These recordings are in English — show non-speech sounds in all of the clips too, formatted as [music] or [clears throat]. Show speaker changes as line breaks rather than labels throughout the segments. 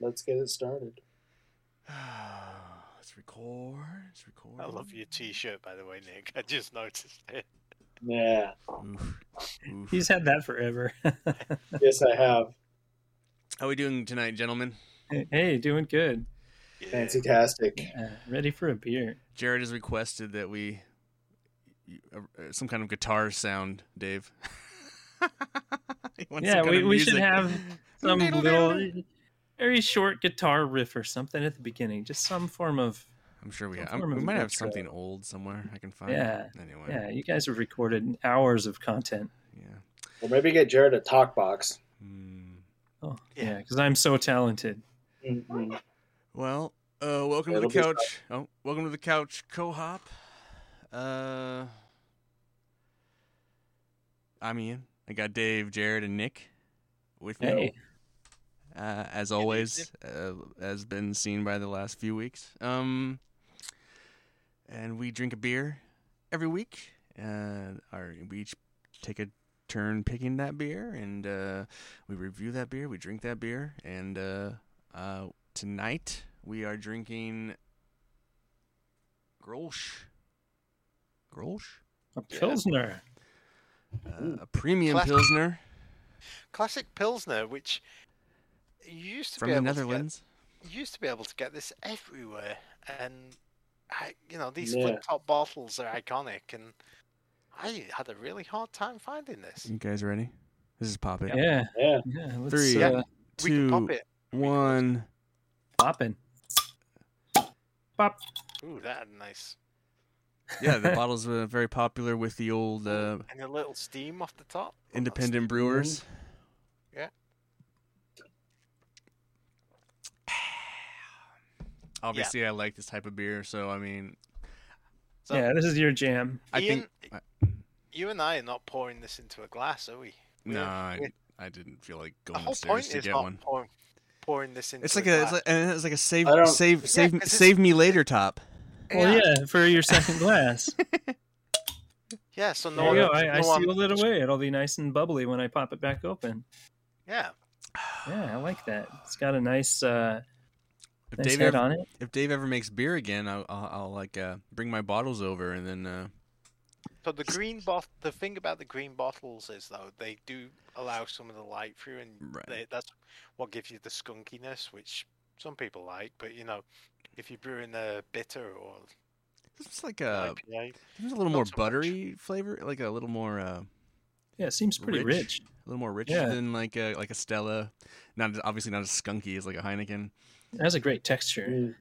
Let's get it started.
[sighs] Let's record. Let's record.
I love your t-shirt, by the way, Nick. I just noticed it.
Yeah.
Oof. Oof.
He's had that forever.
Yes, I have.
How we doing tonight, gentlemen?
[laughs] hey, doing good.
Yeah.
Fantastic.
Uh, ready for a beer.
Jared has requested that we you- uh, uh, some kind of guitar sound, Dave. [laughs] He wants
Yeah,
some kind
we-
of
we should
music.
have Some little, very short guitar riff or something at the beginning. Just some form of.
I'm sure we
some
have. I'm,
form
we
of
might have
intro.
something old somewhere I can find.
Yeah,
Anyway.
Yeah, you guys have recorded hours of content.
Yeah.
Or maybe get Jared a talk box.
Mm.
Oh,
Yeah.
yeah, because I'm so talented.
Mhm.
Well, uh, welcome to
It'll
the
be fun.
couch. Oh, welcome to the couch, co-hop. Uh, I'm Ian. I got Dave, Jared, and Nick with me.
Hey.
Uh, as always, uh, as been seen by the last few weeks. Um, and we drink a beer every week. Uh, our, we each take a turn picking that beer, and uh, we review that beer, we drink that beer, and uh, uh, tonight we are drinking Grolsch. Grolsch?
A
Yeah.
Pilsner.
Uh, a premium
Classic.
Pilsner
Classic Pilsner, which you used to
from
be
the
able
Netherlands.
To get, you used to be able to get this everywhere, and I, you know these
Yeah.
flip top bottles are iconic, and I had a really hard time finding this.
You guys ready? This is Pop It.
Yeah.
Yeah.
Yeah. Let's
Three,
uh,
we can pop
Two,
it.
one.
popping. Pop.
Ooh, that nice.
Yeah, [laughs] the bottle's uh, very popular with the old uh,
And a little steam off the top. Oh, that's-
independent brewers.
Yeah.
[sighs] Obviously, I like this type of beer, so I mean,
So,
yeah, this is your jam.
I
Ian,
think I-
you and I are not pouring this into a glass, are we?
no,
Yeah.
I,
Yeah.
I didn't feel like
The
going
whole
upstairs
point
to
is
get
not
one.
pouring, pouring this into.
It's like a
glass.
it's like, and it's like a save
I don't-
save save
'cause it's-
save me later top.
Well, yeah, for your second glass.
Yeah, so no
there
one,
you go. I, I
no one-
sealed it away. It'll be nice and bubbly when I pop it back open.
Yeah,
Yeah, I like that. It's got a nice, uh,
If
nice
Dave
head
ever,
on it.
if Dave ever makes beer again, I'll I'll, I'll like uh, bring my bottles over and then uh,
so the green bot. The thing about the green bottles is though they do allow some of the light through, and
Right.
they, that's what gives you the skunkiness, which some people like. But you know, if you brew in a bitter or
it's like
an
a
IPA,
there's a little
not
more
so much.
buttery flavor, like a little more uh,
Yeah, it seems pretty
Rich.
rich.
a little more rich
Yeah.
than like a like a Stella. Not as- obviously not as skunky as like a Heineken.
It has a great texture.
Mm.
Mm-hmm.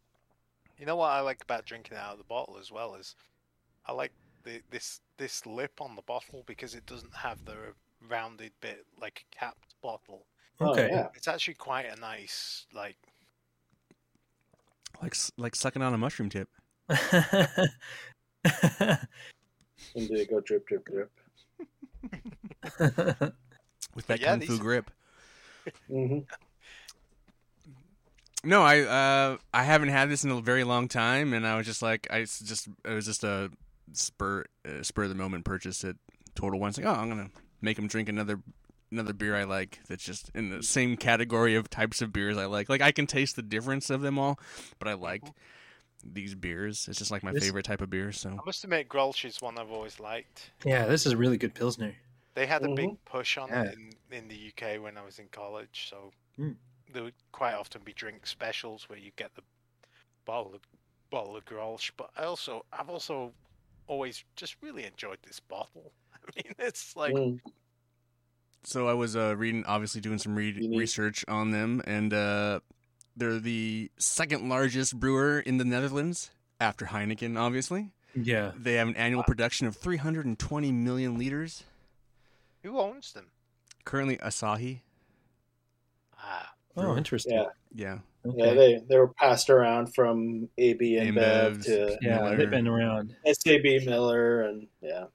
you know what I like about drinking it out of the bottle as well is, I like the, this this lip on the bottle because it doesn't have the rounded bit like a capped bottle.
Okay.
Oh, yeah.
It's actually quite a nice like
Like s- like sucking on a mushroom tip.
[laughs]
And did it go drip, drip, drip?
with
But
that
yeah,
kung fu
these-
grip.
hmm
No, I uh, I haven't had this in a very long time, and I was just like, I s- just it was just a spur uh, spur of the moment purchase at Total Wine. It's like, oh, I'm gonna make him drink another another beer I like that's just in the same category of types of beers I like. Like I can taste the difference of them all, but I liked these beers. It's just like my
This-
favorite type of beer. So
I must admit, Grolsch is one I've always liked.
yeah, this is a really good pilsner.
They had a big push on
Yeah.
it in, in the UK when I was in college, so
Mm.
there would quite often be drink specials where you get the bottle of, bottle of Grolsch. But I also, I've also always just really enjoyed this bottle. [laughs] I mean, it's like
Mm.
So I was uh, reading, obviously doing some read-
You need-
research on them, and uh, they're the second largest brewer in the Netherlands after Heineken. Obviously,
Yeah.
they have an annual production of 320 million liters.
who owns them?
Currently, Asahi.
Ah,
Oh, interesting.
Yeah.
Yeah,
Yeah,
Okay.
they, they were passed around from AB and Bev
Ambev's.
to
Yeah,
Miller.
they've been around.
SAB Miller and yeah.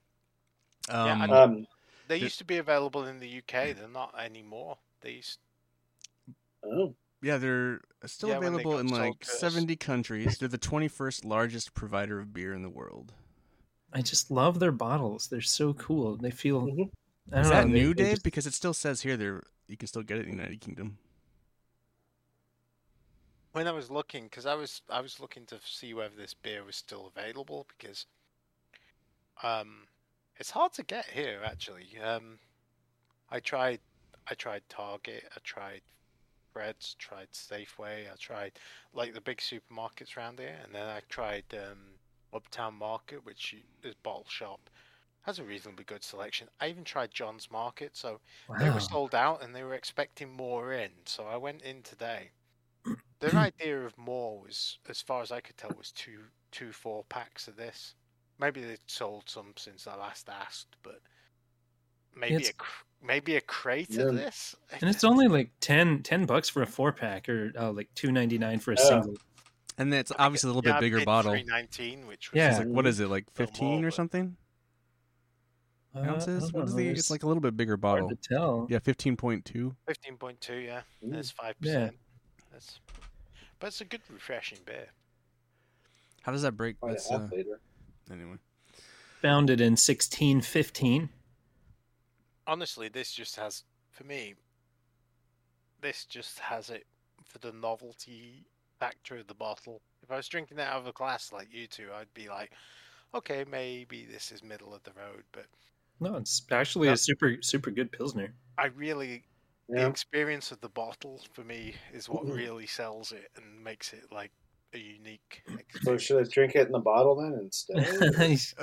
um,
I know.
Um,
they
Th-
used to be available in the UK. They're not anymore. They used
oh,
yeah, they're still
Yeah, when they
available
got
in
sold
like
to us.
70 countries. They're the 21st largest provider of beer in the world.
I just love their bottles. They're so cool. They feel.
Mhm.
I don't
Mm-hmm. Is
know,
that
they-
new,
they
Dave?
just-
Because it still says here they're you can still get it in the United Kingdom.
when I was looking, because I was I was looking to see whether this beer was still available because um, it's hard to get here actually. Um, I tried I tried Target, I tried Fred's, tried Safeway, I tried like the big supermarkets around here, and then I tried um, Uptown Market, which is bottle shop. Has a reasonably good selection. I even tried John's Market, so they were sold out and they were expecting more in. So I went in today. Their idea of more was, as far as I could tell, was two two four packs of this. Maybe they sold some since I last asked, but maybe
It's-
a cr- maybe a crate
Yeah.
of this.
And it's only like 10, 10 bucks for a four pack or uh, like two ninety nine for a
Yeah.
single.
And it's obviously a little
Yeah,
bit
I
bigger
paid
bottle. It's
319, which was
Yeah.
like, what is it, like
Little
15 or
more, but-
something
Uh, I
ounces?
don't
What is
know,
the?
it's
It's like a little bit bigger bottle.
hard to tell.
Yeah, 15.2.
15.2, yeah.
Ooh.
That's 5%. That's But it's a good refreshing beer.
How does that break?
Find
That's,
it out
uh,
later.
anyway.
Founded in sixteen fifteen.
Honestly, this just has for me this just has it for the novelty factor of the bottle. If I was drinking that out of a glass like you two, I'd be like, okay, maybe this is middle of the road, but
No, it's actually a super super good pilsner.
I really the
Yeah.
experience of the bottle for me is what
Mhm.
really sells it and makes it like a unique experience.
So should I drink it in the bottle then
[laughs]
instead?
[laughs]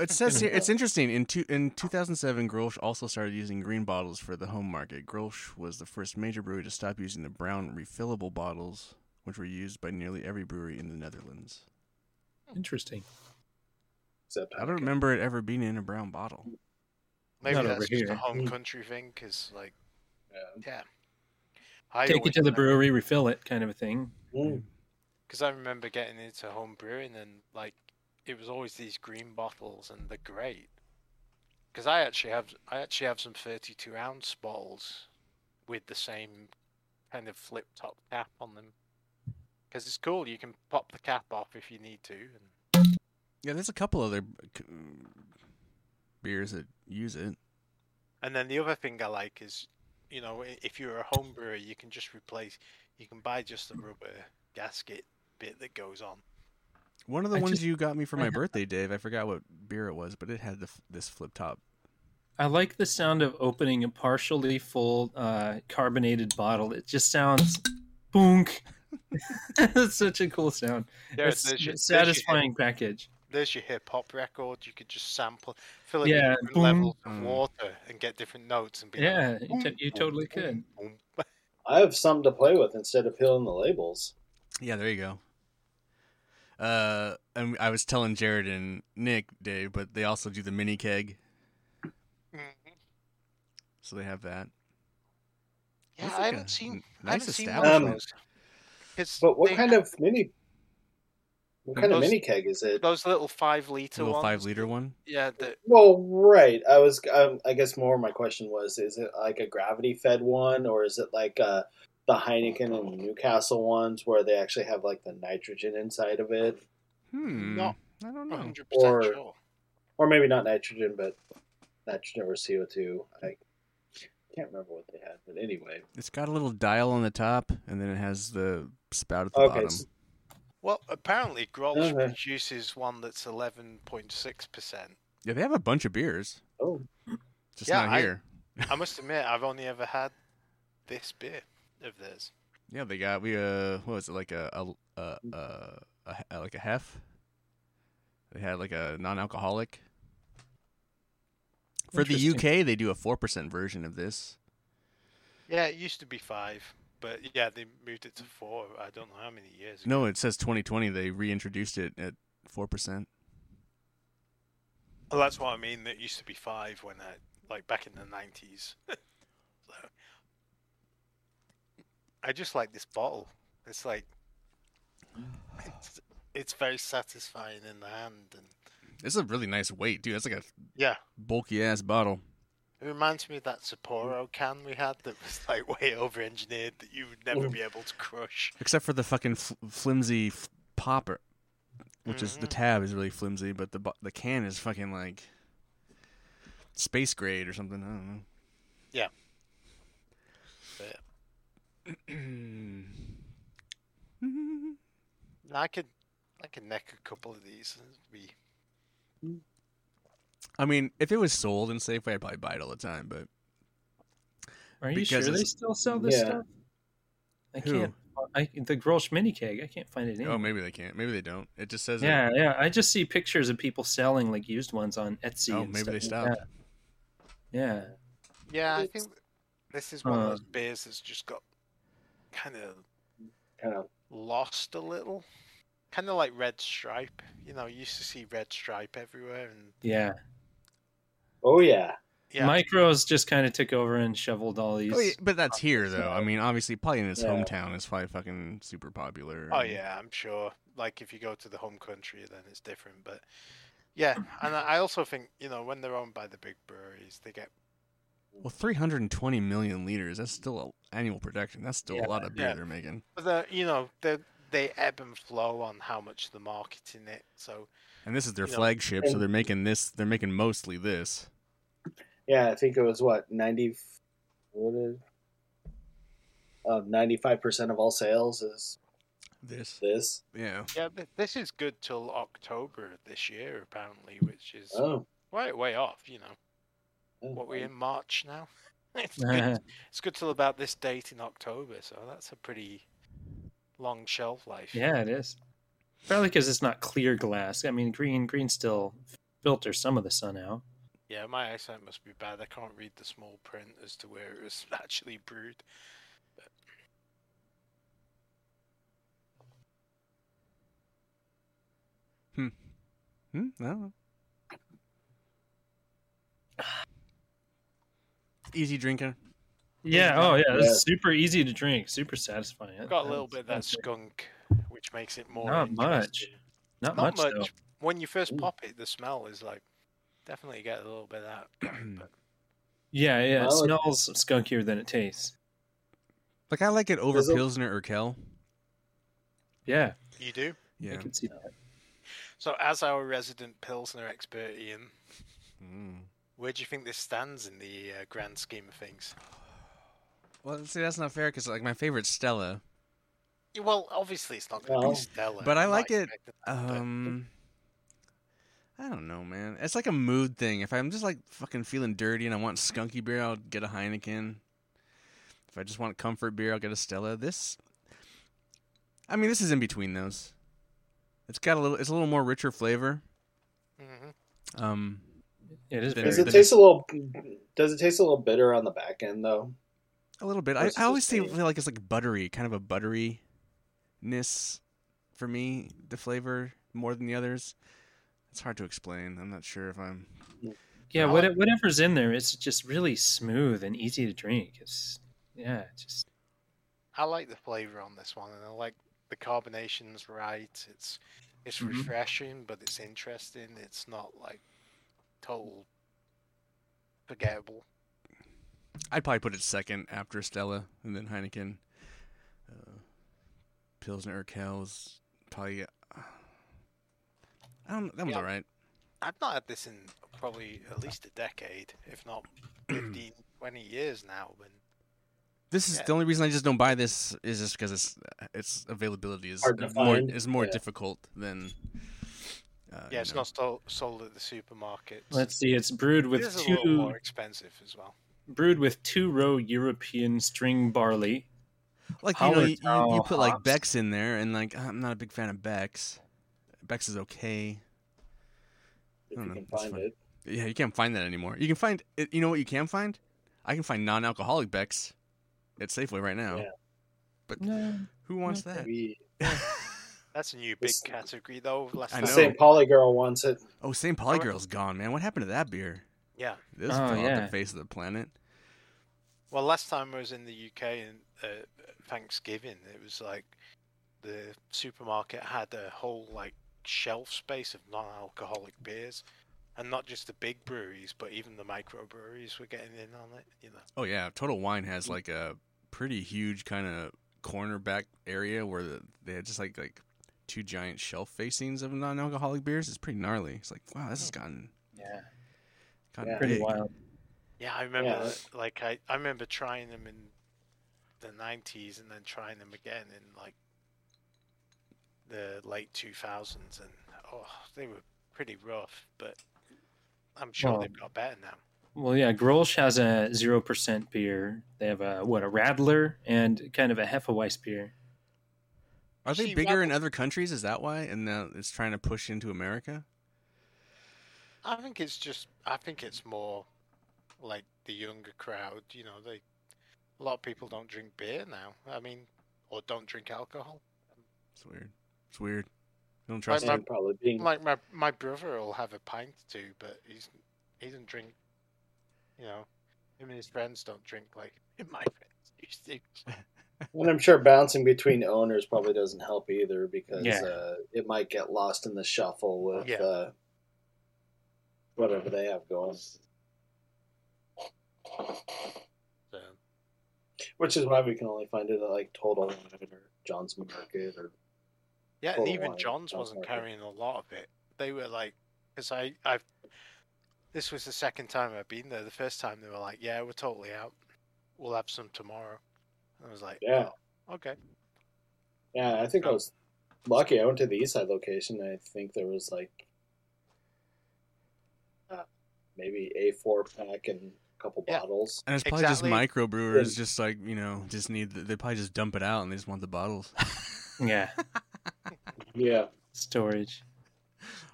It says here, it's interesting. In two, in 2007, Grolsch also started using green bottles for the home market. Grolsch was the first major brewery to stop using the brown refillable bottles, which were used by nearly every brewery in the Netherlands.
Interesting.
Except
I don't remember it ever being in a brown bottle.
Maybe
Not over
that's just
here.
a home
Mm.
country thing, because like,
Yeah.
yeah, I
Take it to the brewery, refill it, kind of a thing.
Mm.
because I remember getting into home brewing and like it was always these green bottles and they're great. Because I actually have I actually have some 32 ounce bottles with the same kind of flip top cap on them. Because it's cool, you can pop the cap off if you need to. And
Yeah, there's a couple other uh, beers that use it.
And then the other thing I like is, you know, i- if you're a home brewer, you can just replace, you can buy just the rubber gasket bit that goes on.
One of the
I
ones
just-
you got me for
I [laughs]
my
have-
birthday, Dave. I forgot what beer it was, but it had the, f- this flip top.
I like the sound of opening a partially full uh, carbonated bottle. It just sounds boonk. [laughs] That's such a cool sound.
There,
it's
there's, your,
a
there's, your,
satisfying package.
there's your hip hop record. You could just sample, fill it
Yeah,
with different
boom.
levels of
Mm.
water and get different notes and be like,
Yeah, you, t- you
boom,
totally
boom,
could.
boom.
I have something to play with instead of peeling the labels.
Yeah, there you go. Uh, and I was telling Jared and Nick, Dave, but they also do the mini keg,
Mhm.
so they have that.
Yeah,
That's
I
like a
haven't seen,
n-
I haven't
nice
seen one of
establishment.
those. 'Cause
But what
they
kind
have
of mini? What kind of
Those-
mini keg is it?
those little five liter
little
ones?
five liter one.
Yeah, the,
Well, right. I was. Um, I guess more. My question was: Is it like a gravity-fed one, or is it like uh, the Heineken and Newcastle ones, where they actually have like the nitrogen inside of it,
Hmm.
Not
I don't know.
100%
Or-
sure.
or maybe not nitrogen, but nitrogen or CO two? I can't remember what they had, but anyway,
It's got a little dial on the top, and then it has the spout at the
Okay,
bottom.
so-
Well, apparently Grolsch
Okay.
produces one that's eleven point six percent.
Yeah, they have a bunch of beers,
oh,
just
Yeah,
not
I-
here.
I must admit, I've only ever had this beer of theirs.
Yeah, they got we uh, what was it like a a a, a, a, a like a hef? They had like a non-alcoholic. For the
Interesting.
UK, they do a four percent version of this.
Yeah, it used to be five, but yeah, they moved it to four. I don't know how many years. ago.
No, it says 2020. They reintroduced it at four percent.
Well, that's what I mean. It used to be five when I like back in the nineties. [laughs] so, I just like this bottle. It's like it's, it's very satisfying in the hand, and
It's a really nice weight, dude. That's like a
yeah,
bulky ass bottle.
It reminds me of that Sapporo can we had that was [laughs] like way over engineered that you would never be able to crush.
except for the fucking fl- flimsy f- popper, which is the
Mhm.
tab is really flimsy, but the bo- the can is fucking like space grade or something. I don't know.
Yeah.
Yeah.
I could, I could neck a couple of these. It'd Be
[clears throat] I mean, if it was sold in Safeway, I'd probably buy it all the time. But
Are you
Because
sure they
it's-
still sell this
Yeah.
stuff? I
Who?
can't. I, the Grolsch mini keg. I can't find it. Anywhere.
oh, maybe they can't. Maybe they don't. It just says it.
yeah, yeah. I just see pictures of people selling like used ones on Etsy.
Oh,
and
maybe they
stuff like
stopped.
that. Yeah.
yeah. I
It's-
think this is one of
Uh.
those beers that's just got kind of
Kind of.
lost a little. Kind of like Red Stripe. You know, you used to see Red Stripe everywhere, and
yeah,
Oh yeah.
yeah,
Micros just kind of took over and shoveled all these.
Oh, yeah, but that's here though. I mean, obviously, probably in its
Yeah.
hometown, it's probably fucking super popular.
Oh
and-
yeah, I'm sure. Like if you go to the home country, then it's different. But yeah, and I I also think you know when they're owned by the big breweries, they get
Well, 320 million liters. That's still a annual production. That's still
Yeah.
a lot of beer
Yeah.
they're making.
but they're- you know they they ebb and flow on how much they're marketing it. So
And this is their
Yeah.
flagship, so
And-
they're making this. They're making mostly this.
Yeah, I think it was what ninety. What is? uh, Ninety-five percent of all sales is
This.
this.
Yeah.
yeah, th- this is good till October of this year apparently, which is
Oh,
way way off. You know what we're in March now. [laughs]
[laughs]
it's, good, it's good till about this date in October, so that's a pretty long shelf life.
yeah, it is. Probably because it's not clear glass. I mean, green green still filters some of the sun out.
Yeah, my eyesight must be bad. I can't read the small print as to where it was [laughs] actually brewed.
Hmm. I don't know. Easy drinking.
Yeah. Oh, yeah. It's
Yeah.
super easy to drink. Super satisfying.
I've got a little bit of that
That's-
skunk, which makes it more.
Not much.
interesting.
Not,
Not
much.
much.
though.
When you first
Ooh.
pop it, the smell is like definitely get a little bit of that.
[clears throat]
going, but
Yeah, yeah. It
Well, it-
smells skunkier than it tastes.
Like I like it over
There's a-
Pilsner or Kell.
Yeah,
you do.
I
Yeah.
can see that.
So, as our resident pilsner expert, Ian,
Mm.
where do you think this stands in the uh, grand scheme of things?
Well, see, that's not fair because like my favorite Stella.
Yeah, Well, obviously it's not going to
Well,
be stellar.
but I
I'm not
like it,
expecting that, but-
Um, I don't know, man. It's like a mood thing. If I'm just like fucking feeling dirty and I want skunky beer, I'll get a Heineken. If I just want comfort beer, I'll get a Stella. This, I mean, this is in between those. It's got a little. It's a little more richer flavor.
Mhm.
Um,
It is
Then-
very.
does it
then
taste a little? Does it taste a little bitter on the back end though?
a little bit. I,
Versus
I always see,
a-
feel like it's like buttery, kind of a butteriness for me. The flavor more than the others. It's hard to explain. I'm not sure if I'm.
yeah,
I
what,
like-
whatever's in there, it's just really smooth and easy to drink. It's yeah, it's just
I like the flavor on this one, and I like the carbonation's right. It's it's
Mm-hmm.
Mhm.
refreshing, but it's interesting. It's not like total forgettable.
I'd probably put it second after Stella and then Heineken. Uh, Pilsner Urquell's probably. I don't. That one's
Yeah.
all right.
I've not had this in probably
Uh.
at least a decade, if not
[clears throat]
15, 20 years now. And
This is
Yeah.
the only reason I just don't buy this is just because it's its availability is
Hard to
more
find.
is more
Yeah.
difficult than. Uh,
yeah,
you
it's
know.
not sold, sold at the supermarkets.
let's see. It's brewed
It
with
is a little
two
more expensive as well.
brewed with two row European string barley.
like you know you, you, you
Hallertau
put like
hops.
Beck's in there and like I'm not a big fan of Beck's. Beck's is okay.
If
I don't
you
know,
can
Oh, that's
find
fine.
it.
Yeah, you can't find that anymore. You can find it. You know what you can find? I can find non-alcoholic Beck's at Safeway right now.
Yeah.
But
No,
who wants that? [laughs]
Maybe
That's a new big
It's-
category, though. Last
I
the
know.
St. Pauli girl wants it.
oh, St. Pauli Girl's gone, man. What happened to that beer?
Yeah.
This
Oh,
fell off
yeah.
the face of the planet.
Well, last time I was in the UK and uh, Thanksgiving, it was like the supermarket had a whole like shelf space of non-alcoholic beers, and not just the big breweries, but even the microbreweries were getting in on it. You know,
Oh yeah, Total Wine has like a pretty huge kind of corner back area where the, they had just like like two giant shelf facings of non-alcoholic beers. It's pretty gnarly. It's like wow, this has gotten
yeah,
gotten
Yeah.
pretty
big.
wild.
yeah, I remember
Yeah.
that- like I I remember trying them in the '90s and then trying them again in like the late 2000s, and oh, they were pretty rough. But I'm sure
Well,
they've got better now.
Well, yeah, Grolsch has a 0% beer. They have a, what, a Radler and kind of a Hefeweiss beer.
Are they
She
bigger
wa-
in other countries? Is that why? And now it's trying to push into America.
I think it's just I think it's more like the younger crowd, you know, they a lot of people don't drink beer now. I mean or don't drink alcohol.
It's weird. It's weird. Don't
Why
trust
not?
it.
And probably being
Like my my brother will have a pint too, but he's he doesn't drink you know, him and his friends don't drink like [laughs] my friends used to.
And I'm sure bouncing between owners probably doesn't help either because
Yeah.
uh, it might get lost in the shuffle with
Yeah.
uh, whatever they have going.
So
Which is why we can only find it at like Total Wine or John's Market or
Yeah, and
Total
even
wine,
John's
sounds
wasn't
like it.
carrying a lot of it. They were like, because I, I've, this was the second time I've been there. The first time they were like, yeah, we're totally out. We'll have some tomorrow. And I was like,
yeah,
"Oh, okay.
yeah. I think
Oh.
I was lucky. I went to the East Side location. And I think there was like uh, maybe a four pack and a couple
Yeah.
bottles.
And it's probably
Exactly.
just microbrewers, just like you know, just need. The, they probably just dump it out, and they just want the bottles. [laughs]
Yeah, [laughs]
Yeah,
storage.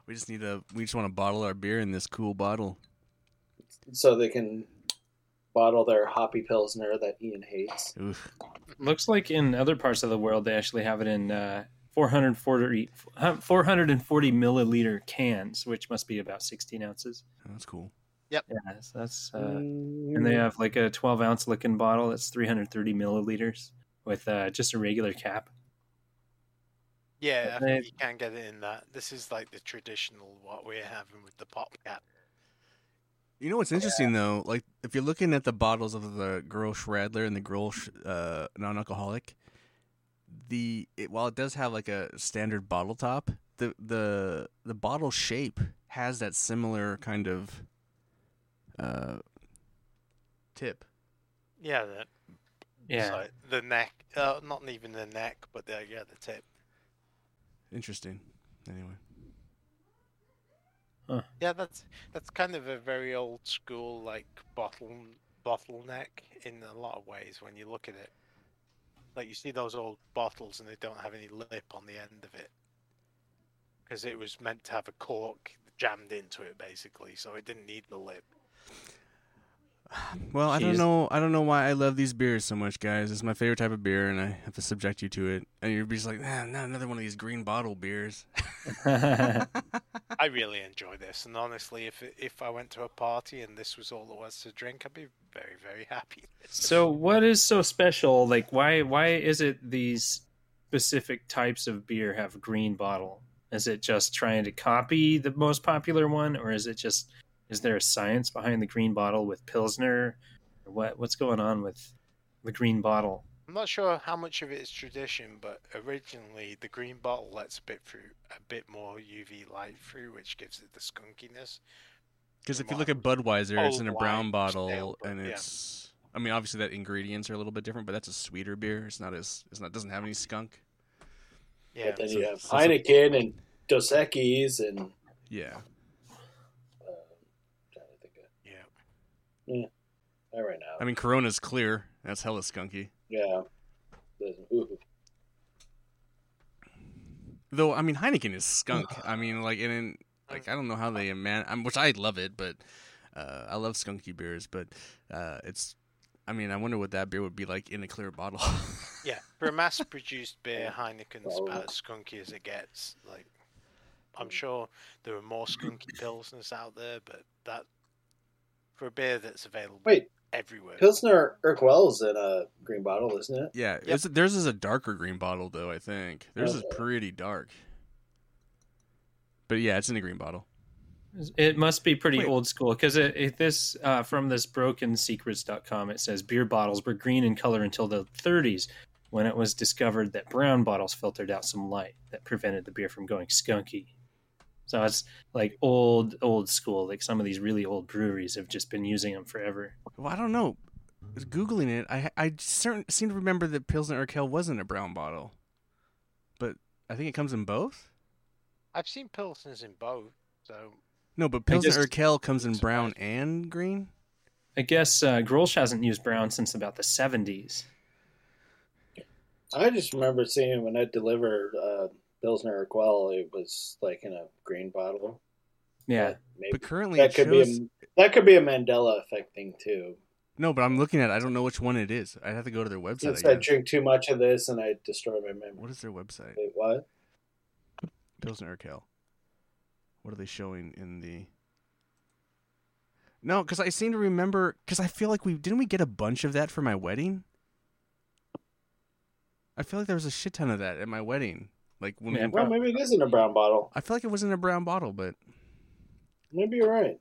we just need a. We just want to bottle our beer in this cool bottle.
so they can bottle their hoppy pilsner that Ian hates.
Oof.
Looks like in other parts of the world, they actually have it in uh, 440, 440 milliliter cans, which must be about 16 ounces.
That's cool.
Yeah, so that's. Uh, and they have like a 12 ounce looking bottle that's 330 milliliters with uh, just a regular cap.
Yeah, I
But
think
they-
you can get it in that. This is like the traditional what we're having with the pop cap.
You know what's interesting though? Like if you're looking at the bottles of the Grosch Radler and the Grosch uh, non-alcoholic, the it, while it does have like a standard bottle top, the the the bottle shape has that similar kind of uh, tip.
Yeah, the,
Yeah.
so the neck, uh, not even the neck, but the yeah, the tip.
Interesting. Anyway,
Yeah, that's that's kind of a very old school like bottle bottleneck in a lot of ways when you look at it. Like you see those old bottles and they don't have any lip on the end of it because it was meant to have a cork jammed into it basically, so it didn't need the lip.
well, I don't
Jeez.
know. I don't know why I love these beers so much, guys. It's my favorite type of beer, and I have to subject you to it. And you're just like, ah, not another one of these green bottle beers.
[laughs]
I really enjoy this, and honestly, if it- if I went to a party and this was all there was to drink, I'd be very very happy.
so what is so special? Like why why is it these specific types of beer have green bottle? Is it just trying to copy the most popular one or is it just is there a science behind the green bottle with Pilsner? What what's going on with the green bottle?
I'm not sure how much of it is tradition, but originally the green bottle lets a bit through a bit more UV light through, which gives it the skunkiness.
Because if you
Vermont.
look at Budweiser, it's in a
Old
brown
wine,
bottle,
stale, but-
and
yeah.
it's. I mean, obviously that ingredients are a little bit different, but that's a sweeter beer. It's not as. It's not. Doesn't have any skunk.
but
Yeah, Um,
then
so-
you have
so-
Heineken and Dos Equis and uh,
Yeah.
trying to think of-
yeah.
not right now.
I mean, Corona's clear. That's hella skunky.
yeah. Doesn't- ooh.
Though, I mean, Heineken is skunk. I mean, like, and in, like, I don't know how they man, I'm, which I love it, but uh, I love skunky beers. But uh, it's. I mean, I wonder what that beer would be like in a clear bottle. [laughs]
Yeah, for a mass-produced beer, Heineken's
Well-
about as skunky as it gets. Like, I'm sure there are more skunky pilsners out there, but that for a beer that's available
Wait,
everywhere.
Pilsner Urquell's in a green bottle, isn't it?
yeah. It's, theirs is a darker green bottle, though. I think theirs is
Okay.
pretty dark. But yeah, it's in a green bottle.
It must be pretty
Wait.
old school because it, it this uh, from this brokensecrets.com it says beer bottles were green in color until the 30s when it was discovered that brown bottles filtered out some light that prevented the beer from going skunky. So it's like old old school like some of these really old breweries have just been using them forever.
Well, I don't know. Googling it, I I certain, seem to remember that Pilsner Urquell wasn't a brown bottle, but I think it comes in both.
I've seen Pilsners in both, so
No, but Pilsner
just-
Urquell comes in brown
Surprised.
and green.
I guess uh, Grolsch hasn't used brown since about the 70s.
I just remember seeing when I delivered uh, Pilsner or Quell, it was like in a green bottle.
Yeah.
Maybe.
But currently,
That
it
could
shows...
be a that could be a Mandela effect thing too.
no. But I'm looking at. it. I don't know which one it is. I'd have to go to their website.
Since
I
I
guess.
drink too much of this and I destroy my memory.
What is their website?
Wait, what?
Pilsner Urquell. What are they showing in the? No, because I seem to remember. Because I feel like we didn't we get a bunch of that for my wedding. I feel like there was a shit ton of that at my wedding. Like when
Yeah,
we,
Well, maybe it is in a brown bottle.
I feel like it was in a brown bottle, but
Maybe you're right.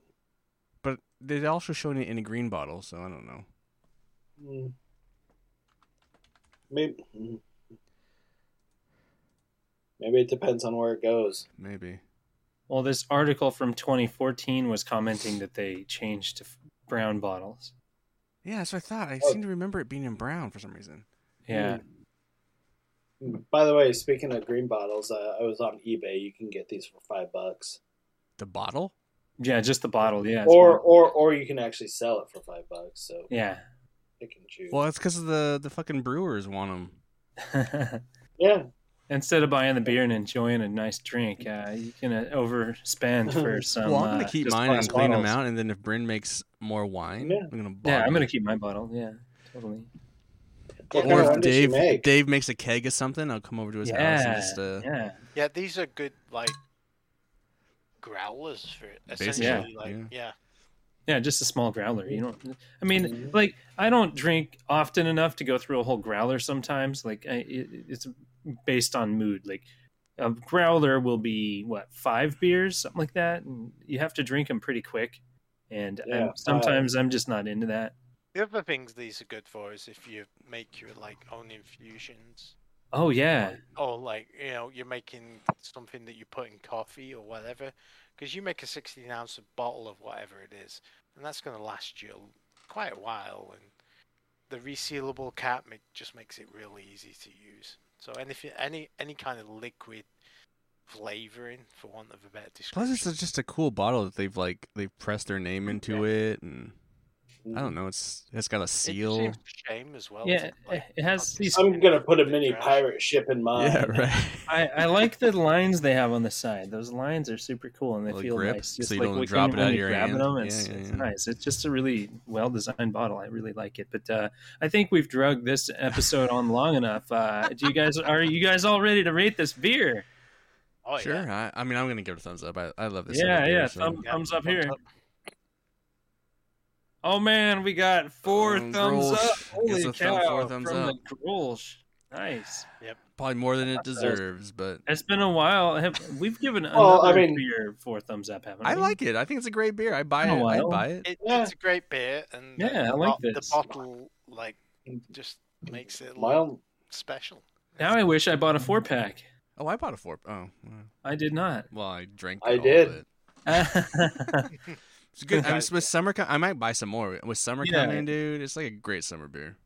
but they also showed it in a green bottle, so I don't know.
Mm. Maybe mm. maybe it depends on where it goes.
Maybe.
Well, this article from 2014 was commenting that they changed to f- brown bottles.
Yeah, that's what I thought. I
Oh.
seem to remember it being in brown for some reason.
Yeah.
Mm. By the way, speaking of green bottles, uh, I was on eBay. You can get these for five bucks,
The bottle?
Yeah, just the bottle. Yeah. it's
or
brown.
or or you can actually sell it for five bucks. So
yeah.
pick and choose.
Well, that's because the the fucking brewers want them.
Yeah,
[laughs] Instead of buying the beer and enjoying a nice drink, uh, you can uh,
[laughs]
overspend for some.
well, I'm
uh,
gonna keep
just
mine and
glass
clean them
bottles.
out, and then if Bryn makes more wine,
Yeah.
I'm gonna. Bottle
Yeah, I'm gonna
it.
keep my bottle. Yeah, totally.
what kind
Or
of
if
one did you
Dave
make?
Dave makes a keg of something, I'll come over to his house and
Yeah,
just uh,
yeah.
yeah, these are good like growlers for it,
Basically,
essentially.
yeah.
Like
Yeah.
yeah.
Yeah, just a small growler. You don't. I mean, like I don't drink often enough to go through a whole growler. Sometimes, like I, it, it's based on mood. Like a growler will be what five beers, something like that. And you have to drink them pretty quick. And I'm-
Yeah, five.
sometimes I'm just not into that.
The other things these are good for is if you make your like own infusions,
Oh yeah,
or like you know you're making something that you put in coffee or whatever, because you make a 16 ounce bottle of whatever it is, and that's going to last you quite a while. And the resealable cap ma- just makes it really easy to use. So anything, any any kind of liquid flavoring, for want of a better
Plus,
description.
it's a- just a cool bottle that they've like they've pressed their name into it, and I don't know. It's it's got a
It just
seal.
seems a shame as well.
yeah. eh,
to, like,
It has these.
I'm gonna put a
The
mini
trash.
pirate ship in mine.
Yeah,
[laughs]
right.
I, I like the lines they have on the side. Those lines are super cool and they
Little
feel
grip,
nice.
so you don't drop it out of your hand.
Them, it's,
Yeah, yeah,
it's
yeah.
nice. It's just a really well designed bottle. I really like it. But uh, I think we've drugged this episode on long enough. Uh, do you guys are you guys all ready to rate this beer?
oh,
sure.
yeah.
I, I mean, I'm gonna give it a thumbs up. I, I love this.
Yeah,
type of beer,
yeah,
so-
thumb- Thumbs up
thumbs
here. Oh man, we got four
Um,
thumbs
Grolsch.
up.
It's
Holy
a
cow!
thumb- four thumbs
from
up.
the Grolsch. Nice.
Probably more than it deserves, but
It's been a while. Have, we've given
Well, I
another
mean-
beer four thumbs up, haven't we?
I like it. I think it's a great beer. I buy
Been a
it. I
while.
buy it.
It,
Yeah.
It's a great beer, and the-
Yeah, I
the
like
bo- The
this.
bottle like just makes it look
Mine,
special.
Now I wish I bought a four pack.
Oh, I bought a four. Oh, well,
I did not. [laughs]
well, I drank.
I
all of
did.
it.
yeah,
It's good. I
Yeah.
mean, with summer, co- I might buy some more. With summer
Yeah.
coming, dude, it's like a great summer beer.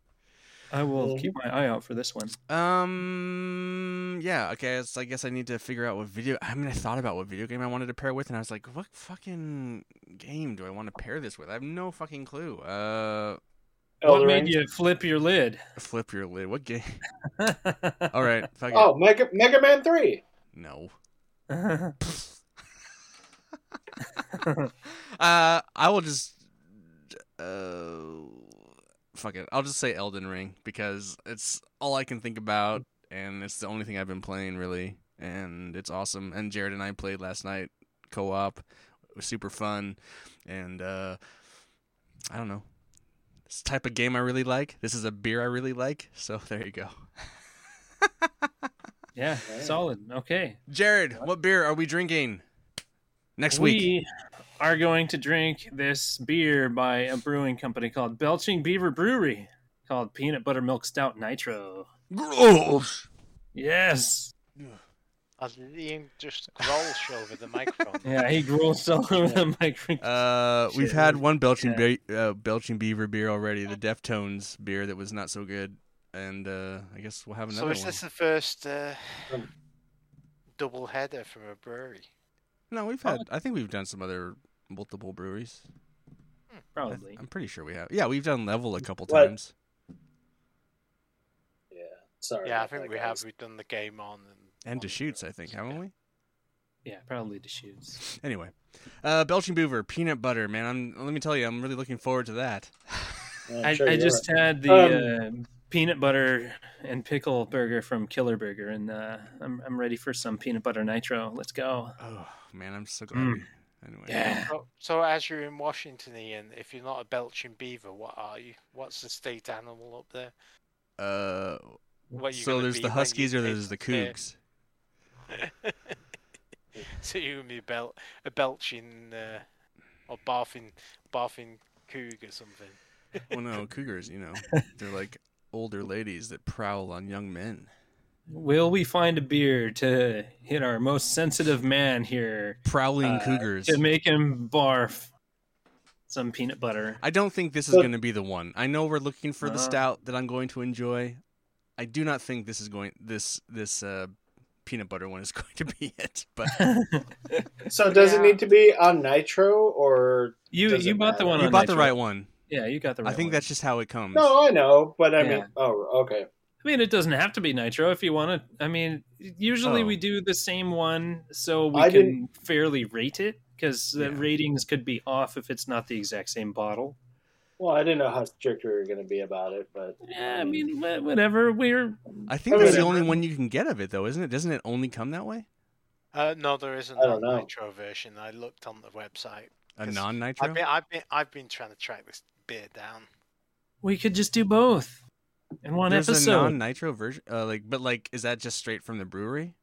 I will
Mhm.
keep my eye out for this one.
Um, yeah, okay. It's, I guess I need to figure out what video. I mean, I thought about what video game I wanted to pair with, and I was like, what fucking game do I want to pair this with? I have no fucking clue. Uh,
Elder
what
Ring.
made you flip your lid? [laughs]
flip your lid. What [laughs] game?
All
All right, fuck it.
Oh, Mega Mega Man Three.
No.
right.
Uh, I will just. Uh, fuck it. I'll just say Elden Ring because it's all I can think about, and it's the only thing I've been playing really, and it's awesome. And Jared and I played last night co-op. It was super fun, and uh, I don't know. It's the type of game I really like. This is a beer I really like. So [laughs] there you go.
yeah,
Alright.
solid. Okay.
Jared, what beer are we drinking next week?
We are going to drink this beer by a brewing company called Belching Beaver Brewery called Peanut Butter Milk Stout Nitro.
Gross.
Yes.
As Liam just growls over the
[laughs]
microphone.
Yeah, he growls all over the microphone.
Uh, we've
Shit.
had one belching be- uh, belching beaver beer already, the Deftones beer that was not so good, and uh, I guess we'll have
So
another
is
one.
this the first? Uh, double header from a brewery.
No, we've had. I think we've done some other multiple breweries. I th-
Probably.
I'm pretty sure we have. Yeah, we've done level a couple
What?
times.
Yeah. Sorry.
Yeah, I
about
think
that,
we
guys.
have. We've done the game on and
And to
on
shoots, I
those,
think,
yeah.
haven't we?
Yeah, probably to shoes.
Anyway, uh, Belching Beaver, peanut butter, man. I'm, let me tell you, I'm really looking forward to that.
Yeah,
I,
sure Um,
I
you
just had the uh, peanut butter and pickle burger from Killer Burger, and uh, I'm I'm ready for some peanut butter nitro. Let's go.
Oh man, I'm so glad.
Mm.
we- Anyway,
Yeah.
So, so as you're in Washington, Ian, if you're not a belching beaver, what are you? What's the state animal up there?
Uh,
What are you
so
gonna
there's
be
the
when you
Huskies or
hit
there's the
state?
Cougs.
so you and me bel- a belching uh, or barfing barfing coog or something.
well, no, cougars. You know, they're like older ladies that prowl on young men.
Will we find a beer to hit our most sensitive man here
Prowling
Uh,
cougars.
to make him barf some peanut butter?
I don't think this is
But-
going to be the one. I know we're looking for the
Uh.
stout that I'm going to enjoy. I do not think this is going this this uh, peanut butter one is [laughs] going to be it. But
were. So does it
Yeah.
need to be on nitro or
[laughs] you
Doesn't
you bought the
matter.
one.
you
on
bought the
Nitro.
right one.
Yeah, you got the right.
I think
one.
that's just how it comes.
no? I know, but I mean,
Yeah.
oh, okay.
I mean, it doesn't have to be nitro if you want to. I mean, usually
Oh.
we do the same one so we
I
can
didn't-
fairly rate it because the
Yeah.
ratings could be off if it's not the exact same bottle.
Well, I didn't know how strict we were going to be about it, but
Yeah, I
Hmm.
mean, wha- whatever. We're
I think
I
that's the
remember.
only one you can get of it, though, isn't it? Doesn't it only come that way?
Uh, no, there isn't
I don't
a
know.
nitro version. I looked on the website.
A
Yes.
non-nitro.
I've been I've been I've been trying to track this beer down.
we could just do both in one
There's
episode.
a non-nitro version. Uh, like, but like, is that just straight from the brewery,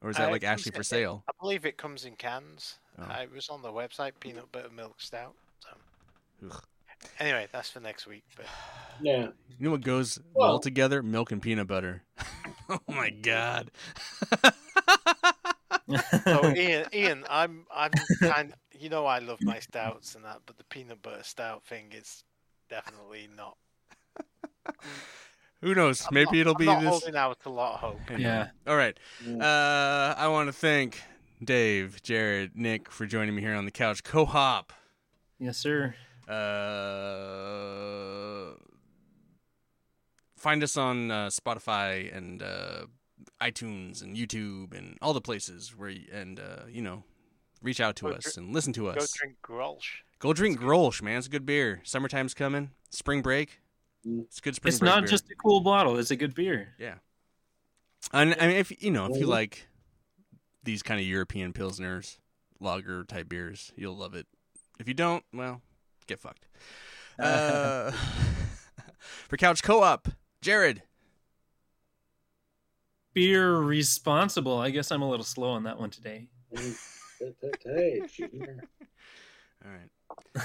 or is that
Uh,
like
it comes
actually
in-
for sale?
I believe it comes in cans.
Oh.
Uh, it was on the website, peanut butter milk stout. So.
Ugh.
Anyway, that's for next week. [laughs] But
yeah.
You know what goes well,
Well-
together? Milk and peanut butter. [laughs] oh my god.
so Ian, Ian, I'm I'm kind. You know I love my stouts and that, but the peanut butter stout thing is definitely not.
Who knows?
I'm
Maybe
not-
it'll
I'm
be
not
this.
holding out a lot of hope.
Anyway.
[laughs] yeah,
All right.
Mm.
Uh, I want to thank Dave, Jared, Nick for joining me here on the couch co-op.
yes, sir.
Uh, find us on uh, Spotify and uh, iTunes and YouTube and all the places where you, and uh, you know reach out to
Go
us and listen to us.
Go drink Grolsch.
Go drink Grolsch, man. It's a good beer. Summertime's coming. Spring break.
Mm.
It's a good spring
It's
break.
not
beer.
just a cool bottle; it's a good beer.
And I mean, if you know, if you
Mhm.
like these kind of European pilsners, lager type beers, you'll love it. If you don't, well, get fucked. Uh, [laughs] for Couch Co-op, Jared.
Beer responsible. I guess I'm a little
Mm-hmm.
slow on that one today.
Hey, Junior.
All right.